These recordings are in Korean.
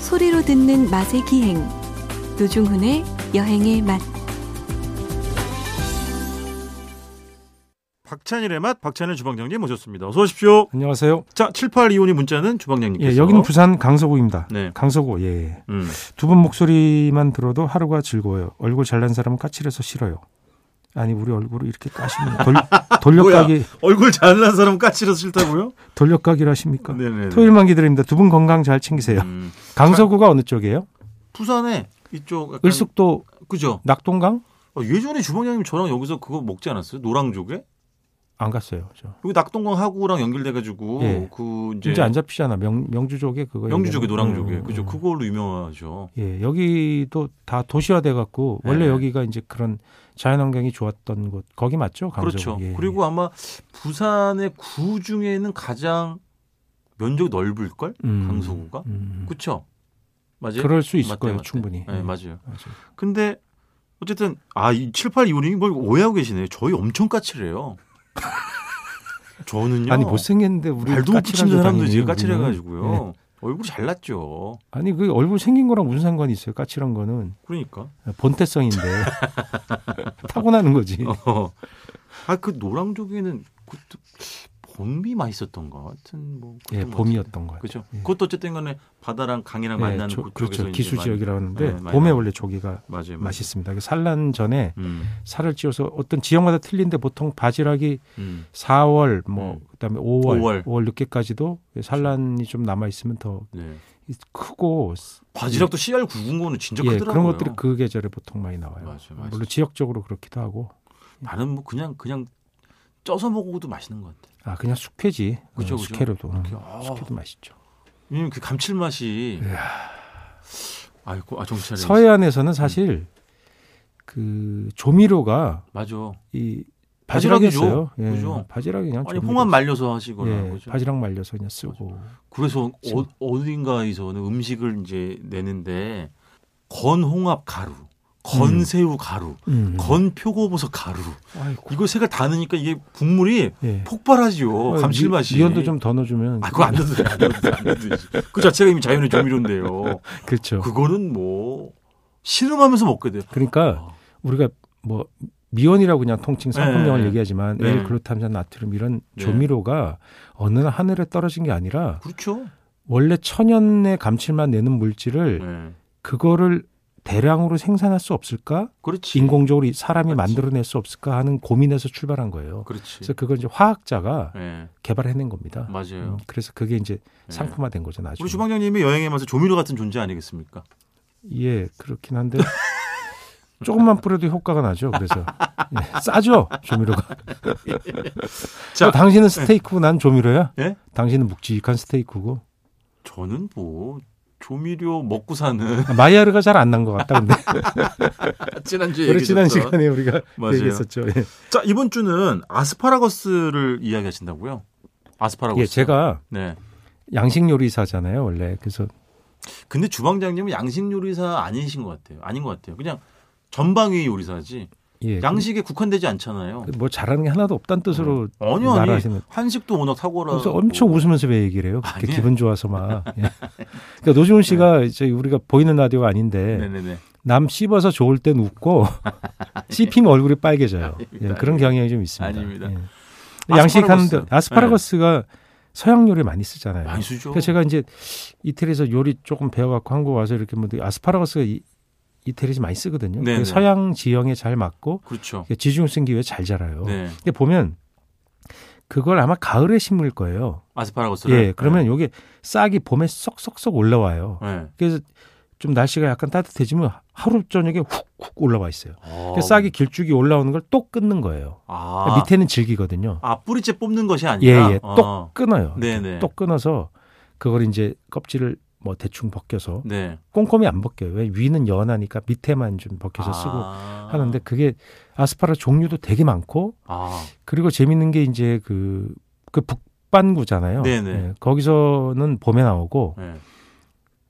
소리로 듣는 맛의 기행 노중훈의 여행의 맛 박찬일의 맛 박찬일 주방장님 모셨습니다. 어서 오십시오. 안녕하세요. 자, 7825님 문자는 주방장님께서 예, 여기는 부산 강서구입니다. 네. 강서구, 예. 음. 두 분 목소리만 들어도 하루가 즐거워요. 얼굴 잘난 사람은 까칠해서 싫어요. 아니, 우리 얼굴을 이렇게 까시면 돌, 돌려까기, 얼굴 잘난 사람 까칠해서 싫다고요? 돌려까기를 하십니까? 네네네. 그러니까 토요일만 기다립니다. 두 분 건강 잘 챙기세요. 음. 강서구가 어느 쪽이에요? 부산에 이쪽 약간- 을숙도 그죠? 낙동강? 어, 예전에 주방장님 저랑 여기서 그거 먹지 않았어요? 노랑조개? 안 갔어요. 저. 여기 낙동강 하구랑 연결돼가지고 예. 그 이제 이제 안 잡히잖아. 명, 명주족에 그거. 명주조개, 얘기하면. 노랑조개, 음, 그죠? 음. 그걸로 유명하죠. 예, 여기도 다 도시화돼 갖고 원래 네. 여기가 이제 그런 자연환경이 좋았던 곳 거기 맞죠? 예. 강서 그렇죠. 그리고 아마 부산의 구 중에는 가장 면적이 넓을 걸 음. 강서구가. 그렇죠. 맞아요. 그럴수 있을 맞대, 거예요, 맞대. 충분히. 음. 네, 맞아요. 맞아요. 근데 어쨌든 아이 7, 8, 2호님이 뭘 오해하고 계시네요. 저희 엄청 까칠해요. 저는요. 아니 못생겼는데 우리 발도 못 까칠한 붙이는 거 사람도 당연히 지금 우리는. 예. 까칠해가지고요. 얼굴 잘났죠. 아니 그 얼굴 생긴 거랑 무슨 상관이 있어요? 까칠한 거는 그러니까. 본태성인데 타고나는 거지. 어. 아그 노랑조개는 그것도 봄이 맛있었던 것 같은 뭐. 그랬던 예, 것 봄이었던 같은데. 거예요. 그죠. 예. 그것도 어쨌든간에 바다랑 강이랑 그렇죠. 만나는 예, 저- 그쪽에서 그렇죠. 이제 기수 많이- 예, 지역이라는데 많이 봄에 나와요. 원래 조개가 맞아요. 맞아요. 맛있습니다. 그 산란 전에 음, 살을 찌워서 어떤 지역마다 틀린데 보통 바지락이 음. 4월 뭐 음. 그다음에 5월, 오월. 5월, 늦게까지도 산란이 좀 남아 있으면 더 네. 크고 바지락도 씨알 굵은 거는 진짜 예, 크더라고요. 그런 것들이 그 계절에 보통 많이 나와요. 맞아요, 맞아요. 물론 지역적으로 그렇기도 하고 나는 뭐 그냥 그냥 쪄서 먹어도 맛있는 것 같아. 아 그냥 숙회지. 그죠, 그죠. 어, 숙회로도 음, 이렇게, 아. 숙회도 맛있죠. 왜냐면 그 감칠맛이. 아이고, 아 정찰해. 서해안에서는 음. 사실 그 조미료가 맞아. 이 바지락이죠. 바지락이었어요. 예, 그죠. 바지락이 그냥 아니 조미료. 홍합 말려서 하시거나 예, 그죠. 바지락 말려서 그냥 쓰고 그래서 어, 어딘가에서는 음식을 이제 내는데 건 홍합 가루, 건 음. 새우 가루, 음. 건 표고버섯 가루. 아이고. 이거 색을 다 넣으니까 이게 국물이 예. 폭발하지요. 어, 감칠맛이. 미연도 좀 더 넣어주면 아, 그거 안 넣어도 돼. 안 넣어도 돼. 안 넣어도 돼. 그 자체가 이미 자연의 조미료인데요. 그렇죠. 그거는 뭐 실험하면서 먹게 돼요. 그러니까 아, 우리가 뭐 미원이라고 그냥 통칭 상품명을 네. 얘기하지만 네. L 글루탐산 나트륨 이런 네. 조미료가 어느 날 하늘에 떨어진 게 아니라 그렇죠. 원래 천연의 감칠맛 내는 물질을 네. 그거를 대량으로 생산할 수 없을까? 그렇지. 인공적으로 이 사람이 그렇지. 만들어낼 수 없을까 하는 고민에서 출발한 거예요. 그렇지. 그래서 그걸 이제 화학자가 네. 개발해낸 겁니다. 맞아요. 음, 그래서 그게 이제 네. 상품화된 거죠 나중에. 우리 주방장님이 여행에 와서 조미료 같은 존재 아니겠습니까? 예, 그렇긴 한데 조금만 뿌려도 효과가 나죠. 그래서 예, 싸죠 조미료가. 자. 네. 어, 당신은 스테이크고 난 조미료야. 예? 당신은 묵직한 스테이크고 저는 뭐 조미료 먹고 사는 아, 마이야르가 잘 안 난 것 같다. 근데 지난주에 우리 지난 시간에 우리가 맞아요. 얘기했었죠. 예. 자 이번 주는 아스파라거스를 이야기하신다고요? 아스파라거스. 예, 제가 네. 양식 요리사잖아요 원래. 그래서 근데 주방장님은 양식 요리사 아니신 것 같아요. 아닌 것 같아요. 그냥 전방위 요리사지. 예, 양식에 국한되지 않잖아요. 그- 뭐 잘하는 게 하나도 없다는 뜻으로 아니요, 아니 말하시는. 한식도 워낙 탁월하고 그래서 엄청 웃으면서 왜 얘기를 해요. 그렇게 아니에요. 네. 기분 좋아서 막. 예. 그러니까 노지훈 씨가 이제 우리가 보이는 라디오가 아닌데 네네네. 남 씹어서 좋을 땐 웃고 씹히면 얼굴이 빨개져요. 아닙니다. 예, 그런 경향이 좀 있습니다. 아닙니다. 예. 양식하는데 아스파라거스. 네. 아스파라거스가 서양 요리 많이 쓰잖아요. 많이 쓰죠. 그러니까 제가 이제 이태리에서 요리 조금 배워갖고 한국 와서 이렇게 뭐 아스파라거스가 이, 이태리에서 많이 쓰거든요. 네네. 그게 서양 지형에 잘 맞고 그렇죠. 지중생 기후에 잘 자라요. 네. 근데 보면 그걸 아마 가을에 심을 거예요. 아스파라거스를. 예, 그러면 요게 싹이 봄에 쏙쏙쏙 올라와요. 네. 네. 그래서 좀 날씨가 약간 따뜻해지면 하루 저녁에 훅훅 올라와 있어요. 어. 그 싹이 길쭉이 올라오는 걸 또 끊는 거예요. 그러니까 아, 밑에는 질기거든요. 아 뿌리째 뽑는 것이 예, 아니라. 예. 어. 똑 끊어요. 네네. 똑 끊어서 그걸 이제 껍질을 뭐 대충 벗겨서 네. 꼼꼼히 안 벗겨요. 왜 위는 연하니까 밑에만 좀 벗겨서 쓰고 아. 하는데 그게 아스파라 종류도 되게 많고 아, 그리고 재밌는 게 이제 그, 그 북반구잖아요. 네네. 예, 거기서는 봄에 나오고 네.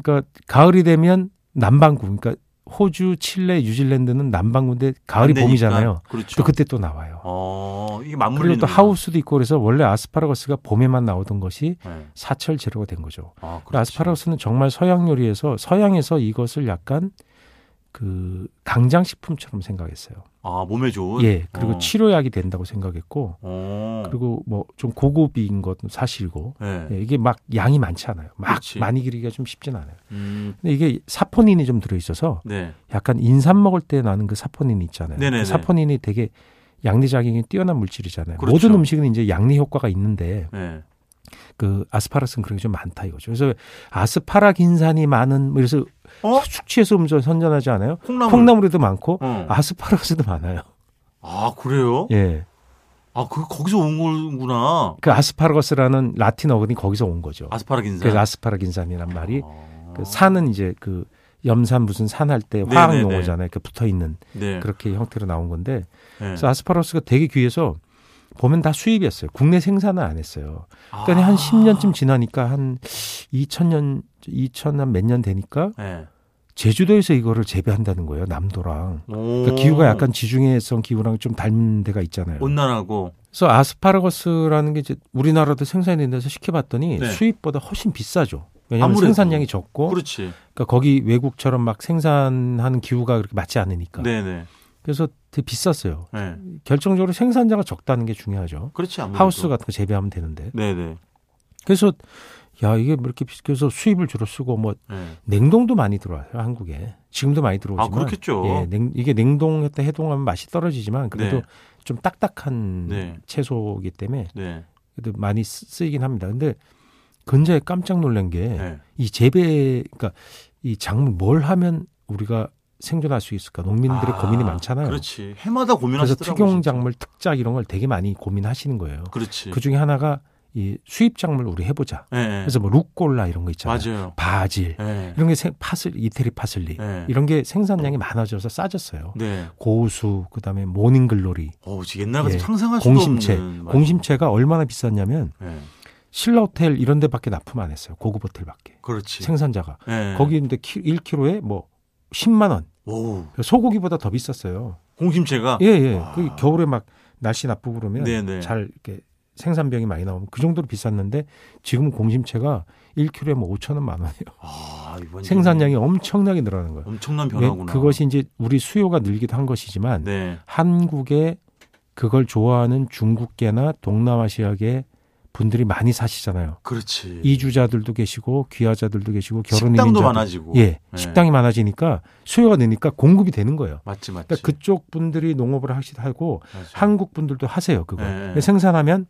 그러니까 가을이 되면 남반구 그러니까 호주, 칠레, 뉴질랜드는 남반구인데 가을이 안 되니까. 봄이잖아요. 그렇죠. 또 그때 또 나와요. 어, 이게 그리고 맞물리는 또 하우스도 있고 그래서 원래 아스파라거스가 봄에만 나오던 것이 네. 사철 재료가 된 거죠. 아, 그리고 아스파라거스는 정말 서양 요리에서 서양에서 이것을 약간 그 강장 식품처럼 생각했어요. 아, 몸에 좋은. 예, 그리고 어. 치료약이 된다고 생각했고 어. 그리고 뭐 좀 고급인 것도 사실이고 네. 예, 이게 막 양이 많지 않아요. 막 그렇지. 많이 기르기가 좀 쉽진 않아요. 음, 근데 이게 사포닌이 좀 들어있어서 네. 약간 인삼 먹을 때 나는 그 사포닌 있잖아요. 네네네. 그 사포닌이 되게 양리 작용이 뛰어난 물질이잖아요. 그렇죠. 모든 음식은 이제 양리 효과가 있는데 네. 그 아스파라스는 그런 게 좀 많다 이거죠. 그래서 아스파라긴산이 많은 뭐 그래서 어? 숙취해소 음료 선전하지 않아요? 콩나물. 콩나물에도 많고 어. 아. 아스파라거스도 많아요. 그래요? 예. 아, 그 거기서 온 거구나. 그 아스파라거스라는 라틴 어근이 거기서 온 거죠. 아스파라긴산. 그래서 아스파라긴산이란 말이 아. 그 산은 이제 그 염산 무슨 산 할 때 화학 네네네. 용어잖아요. 이렇게 붙어 있는 네. 그렇게 형태로 나온 건데 네. 그래서 아스파라거스가 되게 귀해서 보면 다 수입이었어요. 국내 생산은 안 했어요. 그러니까 아. 한 10년쯤 지나니까 한 2000년 2000한 몇 년 되니까 네. 제주도에서 이거를 재배한다는 거예요. 남도랑. 오. 그러니까 기후가 약간 지중해성 기후랑 좀 닮은 데가 있잖아요. 온난하고 그래서 아스파라거스라는 게 이제 우리나라도 생산이 되는 데서 시켜봤더니 네. 수입보다 훨씬 비싸죠. 왜냐하면 아무래도. 생산량이 적고 그렇지. 그러니까 거기 외국처럼 막 생산하는 기후가 그렇게 맞지 않으니까. 네, 네. 그래서 되게 비쌌어요. 네. 결정적으로 생산자가 적다는 게 중요하죠. 음, 그렇지 아무래도. 하우스 같은 거 재배하면 되는데. 네, 네. 그래서 야 이게 뭐 이렇게 비싸서 수입을 주로 쓰고 뭐 네. 냉동도 많이 들어와요 한국에 지금도 많이 아, 들어오지만 그렇겠죠. 예, 냉- 이게 냉동했다 해동하면 맛이 떨어지지만 그래도 네. 좀 딱딱한 네. 채소이기 때문에 네. 그래도 많이 쓰- 쓰이긴 합니다. 근데 근자에 깜짝 놀란 게 이 네. 재배 그러니까 이 작물 뭘 하면 우리가 생존할 수 있을까 농민들의 아, 고민이 많잖아요. 그렇지. 해마다 그래서 고민하시더라고요. 특용 진짜. 작물 특작 이런 걸 되게 많이 고민하시는 거예요. 그렇지. 그 중에 하나가 이 수입 작물 우리 해보자. 예, 예. 그래서 뭐 루꼴라 이런 거 있잖아요. 맞아요. 바질 예. 이런 게 생- 파슬 이태리 파슬리 네. 이런 게 생산량이 많아져서 싸졌어요. 네. 고수 그다음에 모닝글로리 어, 옛날 같으면 예. 상상할 수도 공심채 없는 맛. 공심채가 얼마나 비쌌냐면 예. 신라 호텔 이런 데밖에 납품 안 했어요. 고급 호텔밖에 그렇지. 생산자가 예. 거기 있는데 1kg에 뭐 10만 원 오, 소고기보다 더 비쌌어요. 공심채가 예예. 아, 와. 그 겨울에 막 날씨 나쁘고 그러면 네네. 잘 이렇게 생산병이 많이 나오면 그 정도로 비쌌는데 지금 공심채가 1kg에 뭐 5천 원만 원이에요. 아, 이번 생산량이 엄청나게 늘어나는 거예요. 엄청난 왜 변화구나. 그것이 이제 우리 수요가 늘기도 한 것이지만 네. 한국에 그걸 좋아하는 중국계나 동남아시아계 분들이 많이 사시잖아요. 그렇지. 이주자들도 계시고 귀화자들도 계시고 결혼 예. 식당도 이민자들- 많아지고. 예, 네. 식당이 많아지니까 수요가 되니까 공급이 되는 거예요. 맞지 맞지. 그러니까 그쪽 분들이 농업을 하시- 하고 맞아. 한국 분들도 하세요. 그걸 네. 생산하면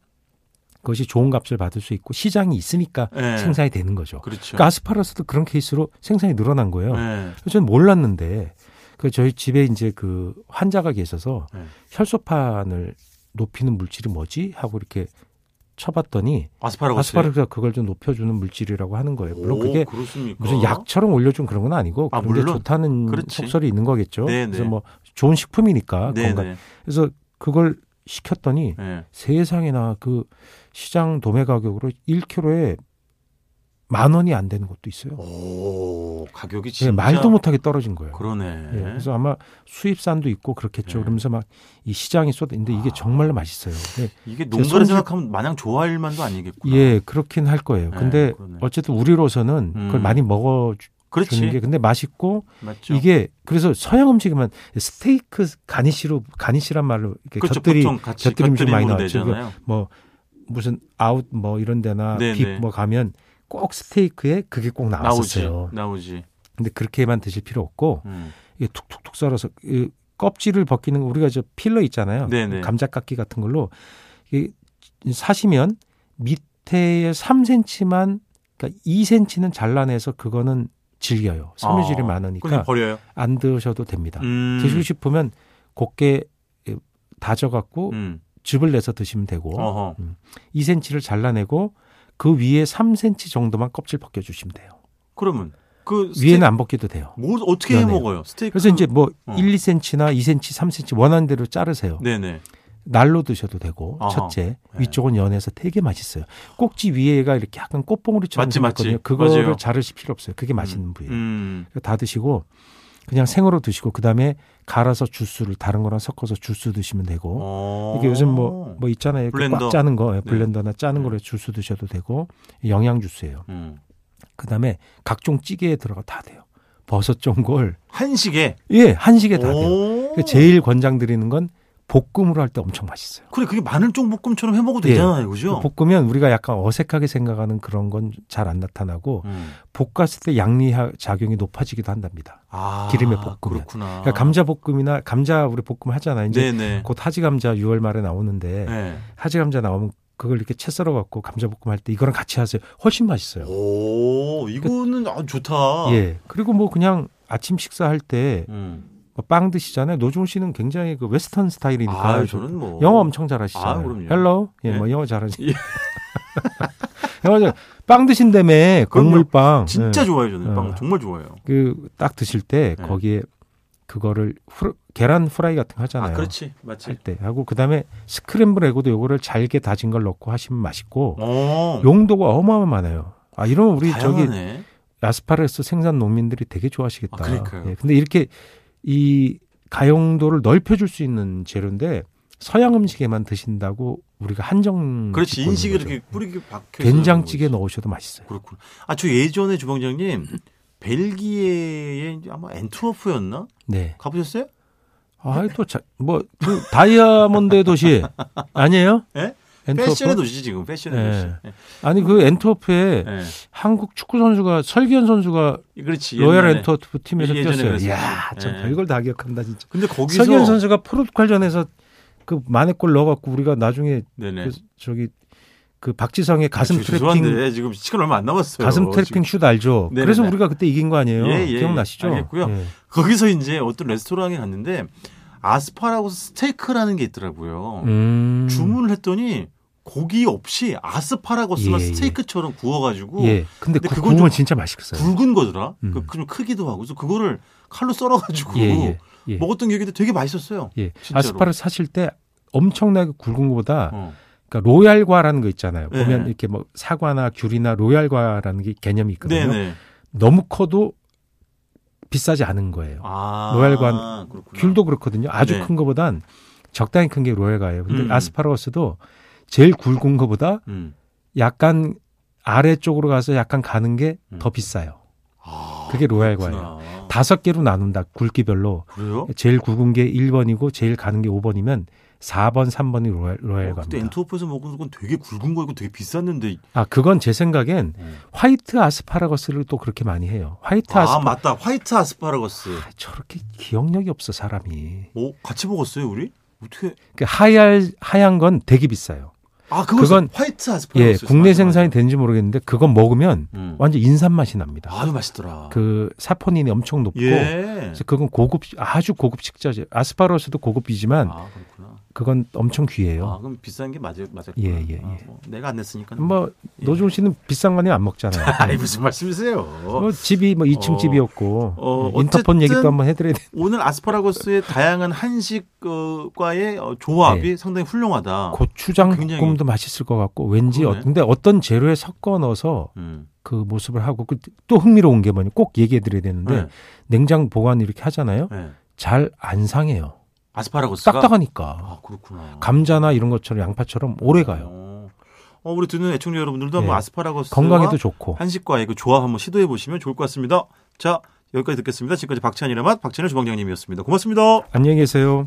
그것이 좋은 값을 받을 수 있고 시장이 있으니까 예. 생산이 되는 거죠. 그렇죠. 그러니까 아스파라스도 그런 케이스로 생산이 늘어난 거예요. 예. 저는 몰랐는데 그 저희 집에 이제 그 환자가 계셔서 네. 혈소판을 높이는 물질이 뭐지 하고 이렇게 쳐봤더니 아스파라거스. 아스파라거스가 그걸 좀 높여주는 물질이라고 하는 거예요. 오, 물론 그게 그렇습니까? 무슨 약처럼 올려준 그런 건 아니고 아, 그런데 물론. 좋다는 그렇지. 속설이 있는 거겠죠. 네네. 그래서 뭐 좋은 식품이니까 네, 건강. 네. 그래서 그걸 시켰더니 예. 세상에나 그 시장 도매 가격으로 1kg에 만 원이 안 되는 것도 있어요. 오, 가격이 예, 진짜 말도 못하게 떨어진 거예요. 그러네. 예, 그래서 아마 수입산도 있고 그렇겠죠. 네. 그러면서 막 이 시장이 쏟는데 이게 아. 정말로 맛있어요. 근데 이게 손질- 농가를 생각하면 마냥 좋아할 만도 아니겠구나. 예, 그렇긴 할 거예요. 네, 근데 그러네. 어쨌든 우리로서는 그걸 음. 많이 먹어 그렇지. 그렇죠. 주는 게 근데 맛있고 맞죠. 이게 그래서 서양 음식이면 스테이크 가니시로 가니시란 말로 이렇게 그렇죠. 곁들이 보통 같이 곁들임 좀 많이 나왔죠. 되잖아요. 뭐 무슨 아웃 뭐 이런 데나 네, 빕 네. 뭐 가면 꼭 스테이크에 그게 꼭 나오지. 나왔었어요. 나오지. 근데 그렇게만 드실 필요 없고 음. 이게 툭툭툭 썰어서 이 껍질을 벗기는 거 우리가 저 필러 있잖아요. 네네. 감자깎이 같은 걸로 이게 사시면 밑에 3cm만 그러니까 2cm는 잘라내서 그거는 질겨요. 섬유질이 아, 많으니까 그냥 버려요. 안 드셔도 됩니다. 음. 그러니까 드시고 싶으면 곱게 다져갖고 음. 즙을 내서 드시면 되고 어허. 2cm를 잘라내고 그 위에 3cm 정도만 껍질 벗겨주시면 돼요. 그러면 그 스테이크 위에는 안 벗겨도 돼요. 뭘 어떻게 해 면해요. 먹어요? 스테이크. 그래서 이제 뭐 어. 1, 2cm나 2cm, 3cm 원하는 대로 자르세요. 네네. 날로 드셔도 되고 아하. 첫째 네. 위쪽은 연해서 되게 맛있어요. 꼭지 위에가 이렇게 약간 꽃봉오리처럼 맞지, 맞지. 생겼거든요. 그거를 맞아요. 자르실 필요 없어요. 그게 맛있는 부위예요. 음. 다 드시고 그냥 생으로 드시고 그다음에 갈아서 주스를 다른 거랑 섞어서 주스 드시면 되고 어. 이게 요즘 뭐 뭐 있잖아요. 이렇게 블렌더. 꽉 짜는 거 네. 예, 블렌더나 짜는 네. 거로 주스 드셔도 되고 영양 주스예요. 음. 그다음에 각종 찌개에 들어가 다 돼요. 버섯 전골 한식에 예 한식에 다 돼요. 오. 그러니까 제일 권장드리는 건 볶음으로 할 때 엄청 맛있어요. 그래 그게 마늘쫑 볶음처럼 해 먹어도 예. 되잖아요, 그죠? 볶으면 우리가 약간 어색하게 생각하는 그런 건 잘 안 나타나고 음. 볶았을 때 양리 작용이 높아지기도 한답니다. 아, 기름에 볶으면. 그렇구나. 그러니까 감자 볶음이나 감자 우리 볶음 하잖아요. 이제 아. 네네. 곧 하지 감자 6월 말에 나오는데 네. 하지 감자 나오면 그걸 이렇게 채 썰어 갖고 감자 볶음 할 때 이거랑 같이 하세요. 훨씬 맛있어요. 오, 이거는 아, 좋다. 예. 그리고 뭐 그냥 아침 식사할 때 음. 뭐빵 드시잖아요. 노종 씨는 굉장히 그 웨스턴 스타일이니까 아, 저는 뭐 영어 엄청 잘하시잖아요. 아, 그럼요. 헬로 예, 예. 뭐 영어 잘하시. 예. 영어 잘. 빵 드신다며 그럼요. 국물빵. 진짜 예. 좋아요, 저는 빵 어. 정말 좋아해요. 그딱 드실 때 예. 거기에 그거를 후르- 계란 프라이 같은 거 아, 하잖아요. 그렇지, 맞지. 할 때 하고 그다음에 스크램블 에고도 요거를 잘게 다진 걸 넣고 하시면 맛있고 어, 용도가 어마어마해요. 아 이러면 우리 저기 음, 다양하네. 아스파라거스 생산 농민들이 되게 좋아하시겠다. 아, 그러니까요. 예, 근데 이렇게 이 가용도를 넓혀줄 수 있는 재료인데 서양 음식에만 드신다고 우리가 한정. 그렇지 짓고 있는 인식이 거죠. 이렇게 뿌리게 박혀. 있어서 된장찌개 그런 거지. 넣으셔도 맛있어요. 그렇구나. 아, 저 예전에 주방장님 벨기에에 이제 아마 엔트워프였나 네. 가보셨어요? 아또뭐 그 다이아몬드 도시 아니에요? 예? 엔트워프? 패션의 도시지 지금 패션의 예. 도시. 아니 그 엔트워프에 예. 한국 축구 선수가 설기현 선수가 예. 그렇지. 로얄 옛날에. 엔터트프 팀에서 예전에 뛰었어요. 그랬었죠. 이야, 참 예. 별걸 다 기억한다 진짜. 근데 거기서 서기현 선수가 포르투갈전에서 그 만회골 넣어갖고 우리가 나중에 네네. 그 저기 그 박지성의 가슴 아, 저- 트래핑 죄송한데 지금 시간 얼마 안 남았어요. 가슴 트래핑 슛 알죠? 네네네. 그래서 우리가 그때 이긴 거 아니에요? 예, 예, 기억나시죠? 알겠고요. 예. 거기서 이제 어떤 레스토랑에 갔는데 아스파라고스 스테이크라는 게 있더라고요. 음. 주문을 했더니 고기 없이 아스파라거스만 예, 예. 스테이크처럼 구워가지고 예. 근데, 근데 그 그건 구우면 좀 진짜 맛있겠어요. 굵은 거더라. 음. 그, 좀 크기도 하고 그래서 그거를 칼로 썰어가지고 예, 예. 예. 먹었던 기억인데 되게 맛있었어요. 예. 진짜로. 아스파라스 사실 때 엄청나게 굵은 거보다 어. 그러니까 로얄과라는 거 있잖아요. 예. 보면 이렇게 뭐 사과나 귤이나 로얄과라는 게 개념이 있거든요. 네네. 너무 커도 비싸지 않은 거예요. 아, 로얄관 그렇구나. 귤도 그렇거든요. 아주 네. 큰 거보단 적당히 큰 게 로얄가예요. 근데 음. 아스파라거스도 제일 굵은 거보다 음. 약간 아래쪽으로 가서 약간 가는 게 음. 더 비싸요. 아, 그게 로얄과예요. 그렇구나. 다섯 개로 나눈다. 굵기별로. 그래요? 제일 굵은 게 1번이고 제일 가는 게 5번이면 4번, 3번이 로얄, 어, 그때 로얄과입니다. 엔트워프에서 먹은 건 되게 굵은 거이고 되게 비쌌는데. 아, 그건 제 생각엔 음. 화이트 아스파라거스를 또 그렇게 많이 해요. 화이트 아 아스파 맞다. 화이트 아스파라거스. 아, 저렇게 기억력이 없어 사람이. 오 같이 먹었어요 우리? 어떻게? 그 하얀 하얀 건 되게 비싸요. 아 그거 그건- 화이트 예, 아스파라거스. 국내 생산이 되는지 모르겠는데 그건 먹으면 음. 완전 인삼 맛이 납니다. 아주 맛있더라. 그 사포닌이 엄청 높고 예. 그래서 그건 고급 아주 고급 식자재. 아스파라거스도 고급이지만 아 그렇구나. 그건 엄청 귀해요. 아 그럼 비싼 게 맞을 맞을 예, 거야. 예, 아, 예. 뭐, 내가 안 냈으니까. 뭐 예. 노종 씨는 비싼 거는 안 먹잖아요. 아이 무슨 말씀이세요? 뭐 집이 뭐 2층 어. 집이었고 어, 예, 인터폰 어쨌든- 얘기도 한번 해드려야 돼. 오늘 아스파라거스의 다양한 한식과의 어, 조합이 상당히 훌륭하다. 네. 고추장 아, 굉장히- 볶음도 맛있을 것 같고 왠지 어, 그러네. 근데 어떤 재료에 섞어 넣어서 음. 그 모습을 하고 그- 또 흥미로운 게 뭐냐 꼭 얘기해 드려야 되는데 네. 냉장 보관 이렇게 하잖아요 네. 잘 안 상해요 아스파라거스가 딱딱하니까 아 그렇구나. 감자나 이런 것처럼 양파처럼 오래 가요 어, 어, 우리 듣는 애청자 여러분들도 예. 한번 아스파라거스 건강에도 좋고 한식과의 그 조합 한번 시도해 보시면 좋을 것 같습니다. 자 여기까지 듣겠습니다. 지금까지 박찬일의 맛 박찬일 주방장님이었습니다. 고맙습니다. 안녕히 계세요.